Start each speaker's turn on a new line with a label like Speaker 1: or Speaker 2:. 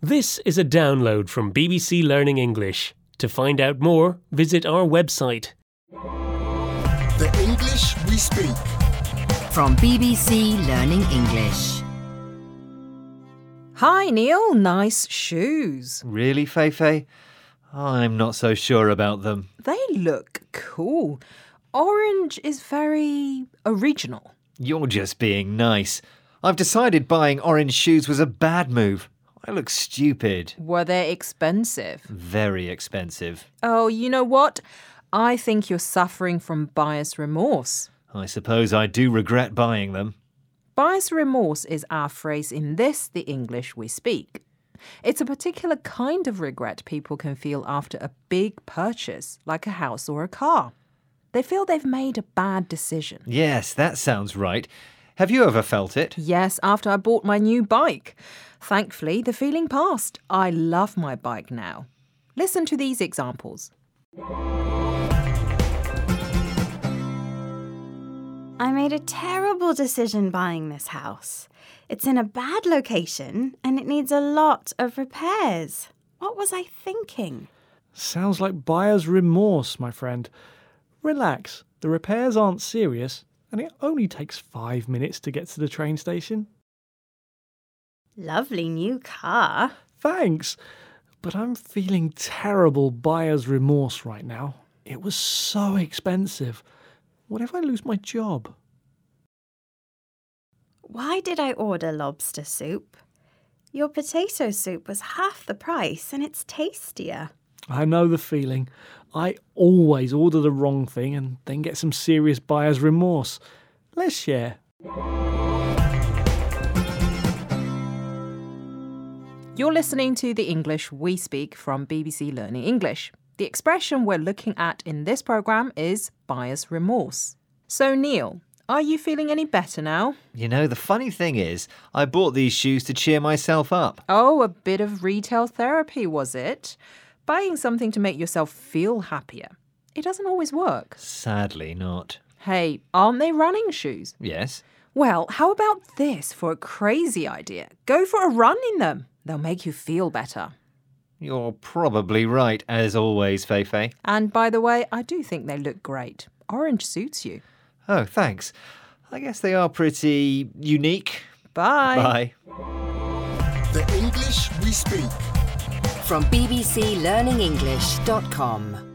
Speaker 1: This is a download from BBC Learning English. To find out more, visit our website.
Speaker 2: The English we speak.
Speaker 3: From BBC Learning English.
Speaker 4: Hi, Neil. Nice shoes.
Speaker 5: Really, Feifei? I'm not so sure about them.
Speaker 4: They look cool. Orange is very original.
Speaker 5: You're just being nice. I've decided buying orange shoes was a bad move. I look stupid.
Speaker 4: Were they expensive?
Speaker 5: Very expensive.
Speaker 4: Oh, you know what? I think you're suffering from bias remorse.
Speaker 5: I suppose I do regret buying them.
Speaker 4: Bias remorse is our phrase in this, the English we speak. It's a particular kind of regret people can feel after a big purchase, like a house or a car. They feel they've made a bad decision.
Speaker 5: Yes, that sounds right. Have you ever felt it?
Speaker 4: Yes, after I bought my new bike. Thankfully, the feeling passed. I love my bike now. Listen to these examples.
Speaker 6: I made a terrible decision buying this house. It's in a bad location and it needs a lot of repairs. What was I thinking?
Speaker 7: Sounds like buyer's remorse, my friend. Relax, the repairs aren't serious, and it only takes five minutes to get to the train station.
Speaker 6: Lovely new car.
Speaker 7: Thanks, but I'm feeling terrible buyer's remorse right now. It was so expensive. What if I lose my job?
Speaker 6: Why did I order lobster soup? Your potato soup was half the price and it's tastier.
Speaker 7: I know the feeling. I always order the wrong thing and then get some serious buyer's remorse. Let's share.
Speaker 4: You're listening to the English we speak from BBC Learning English. The expression we're looking at in this program is bias remorse. So, Neil, are you feeling any better now?
Speaker 5: You know, the funny thing is, I bought these shoes to cheer myself up.
Speaker 4: Oh, a bit of retail therapy, was it? Buying something to make yourself feel happier. It doesn't always work.
Speaker 5: Sadly, not.
Speaker 4: Hey, aren't they running shoes?
Speaker 5: Yes?
Speaker 4: Well, how about this for a crazy idea? Go for a run in them. They'll make you feel better.
Speaker 5: You're probably right, as always, Feifei.
Speaker 4: And by the way, I do think they look great. Orange suits you.
Speaker 5: Oh, thanks. I guess they are pretty unique.
Speaker 4: Bye.
Speaker 5: Bye.
Speaker 2: The English we speak.
Speaker 3: From BBC Learning English.com.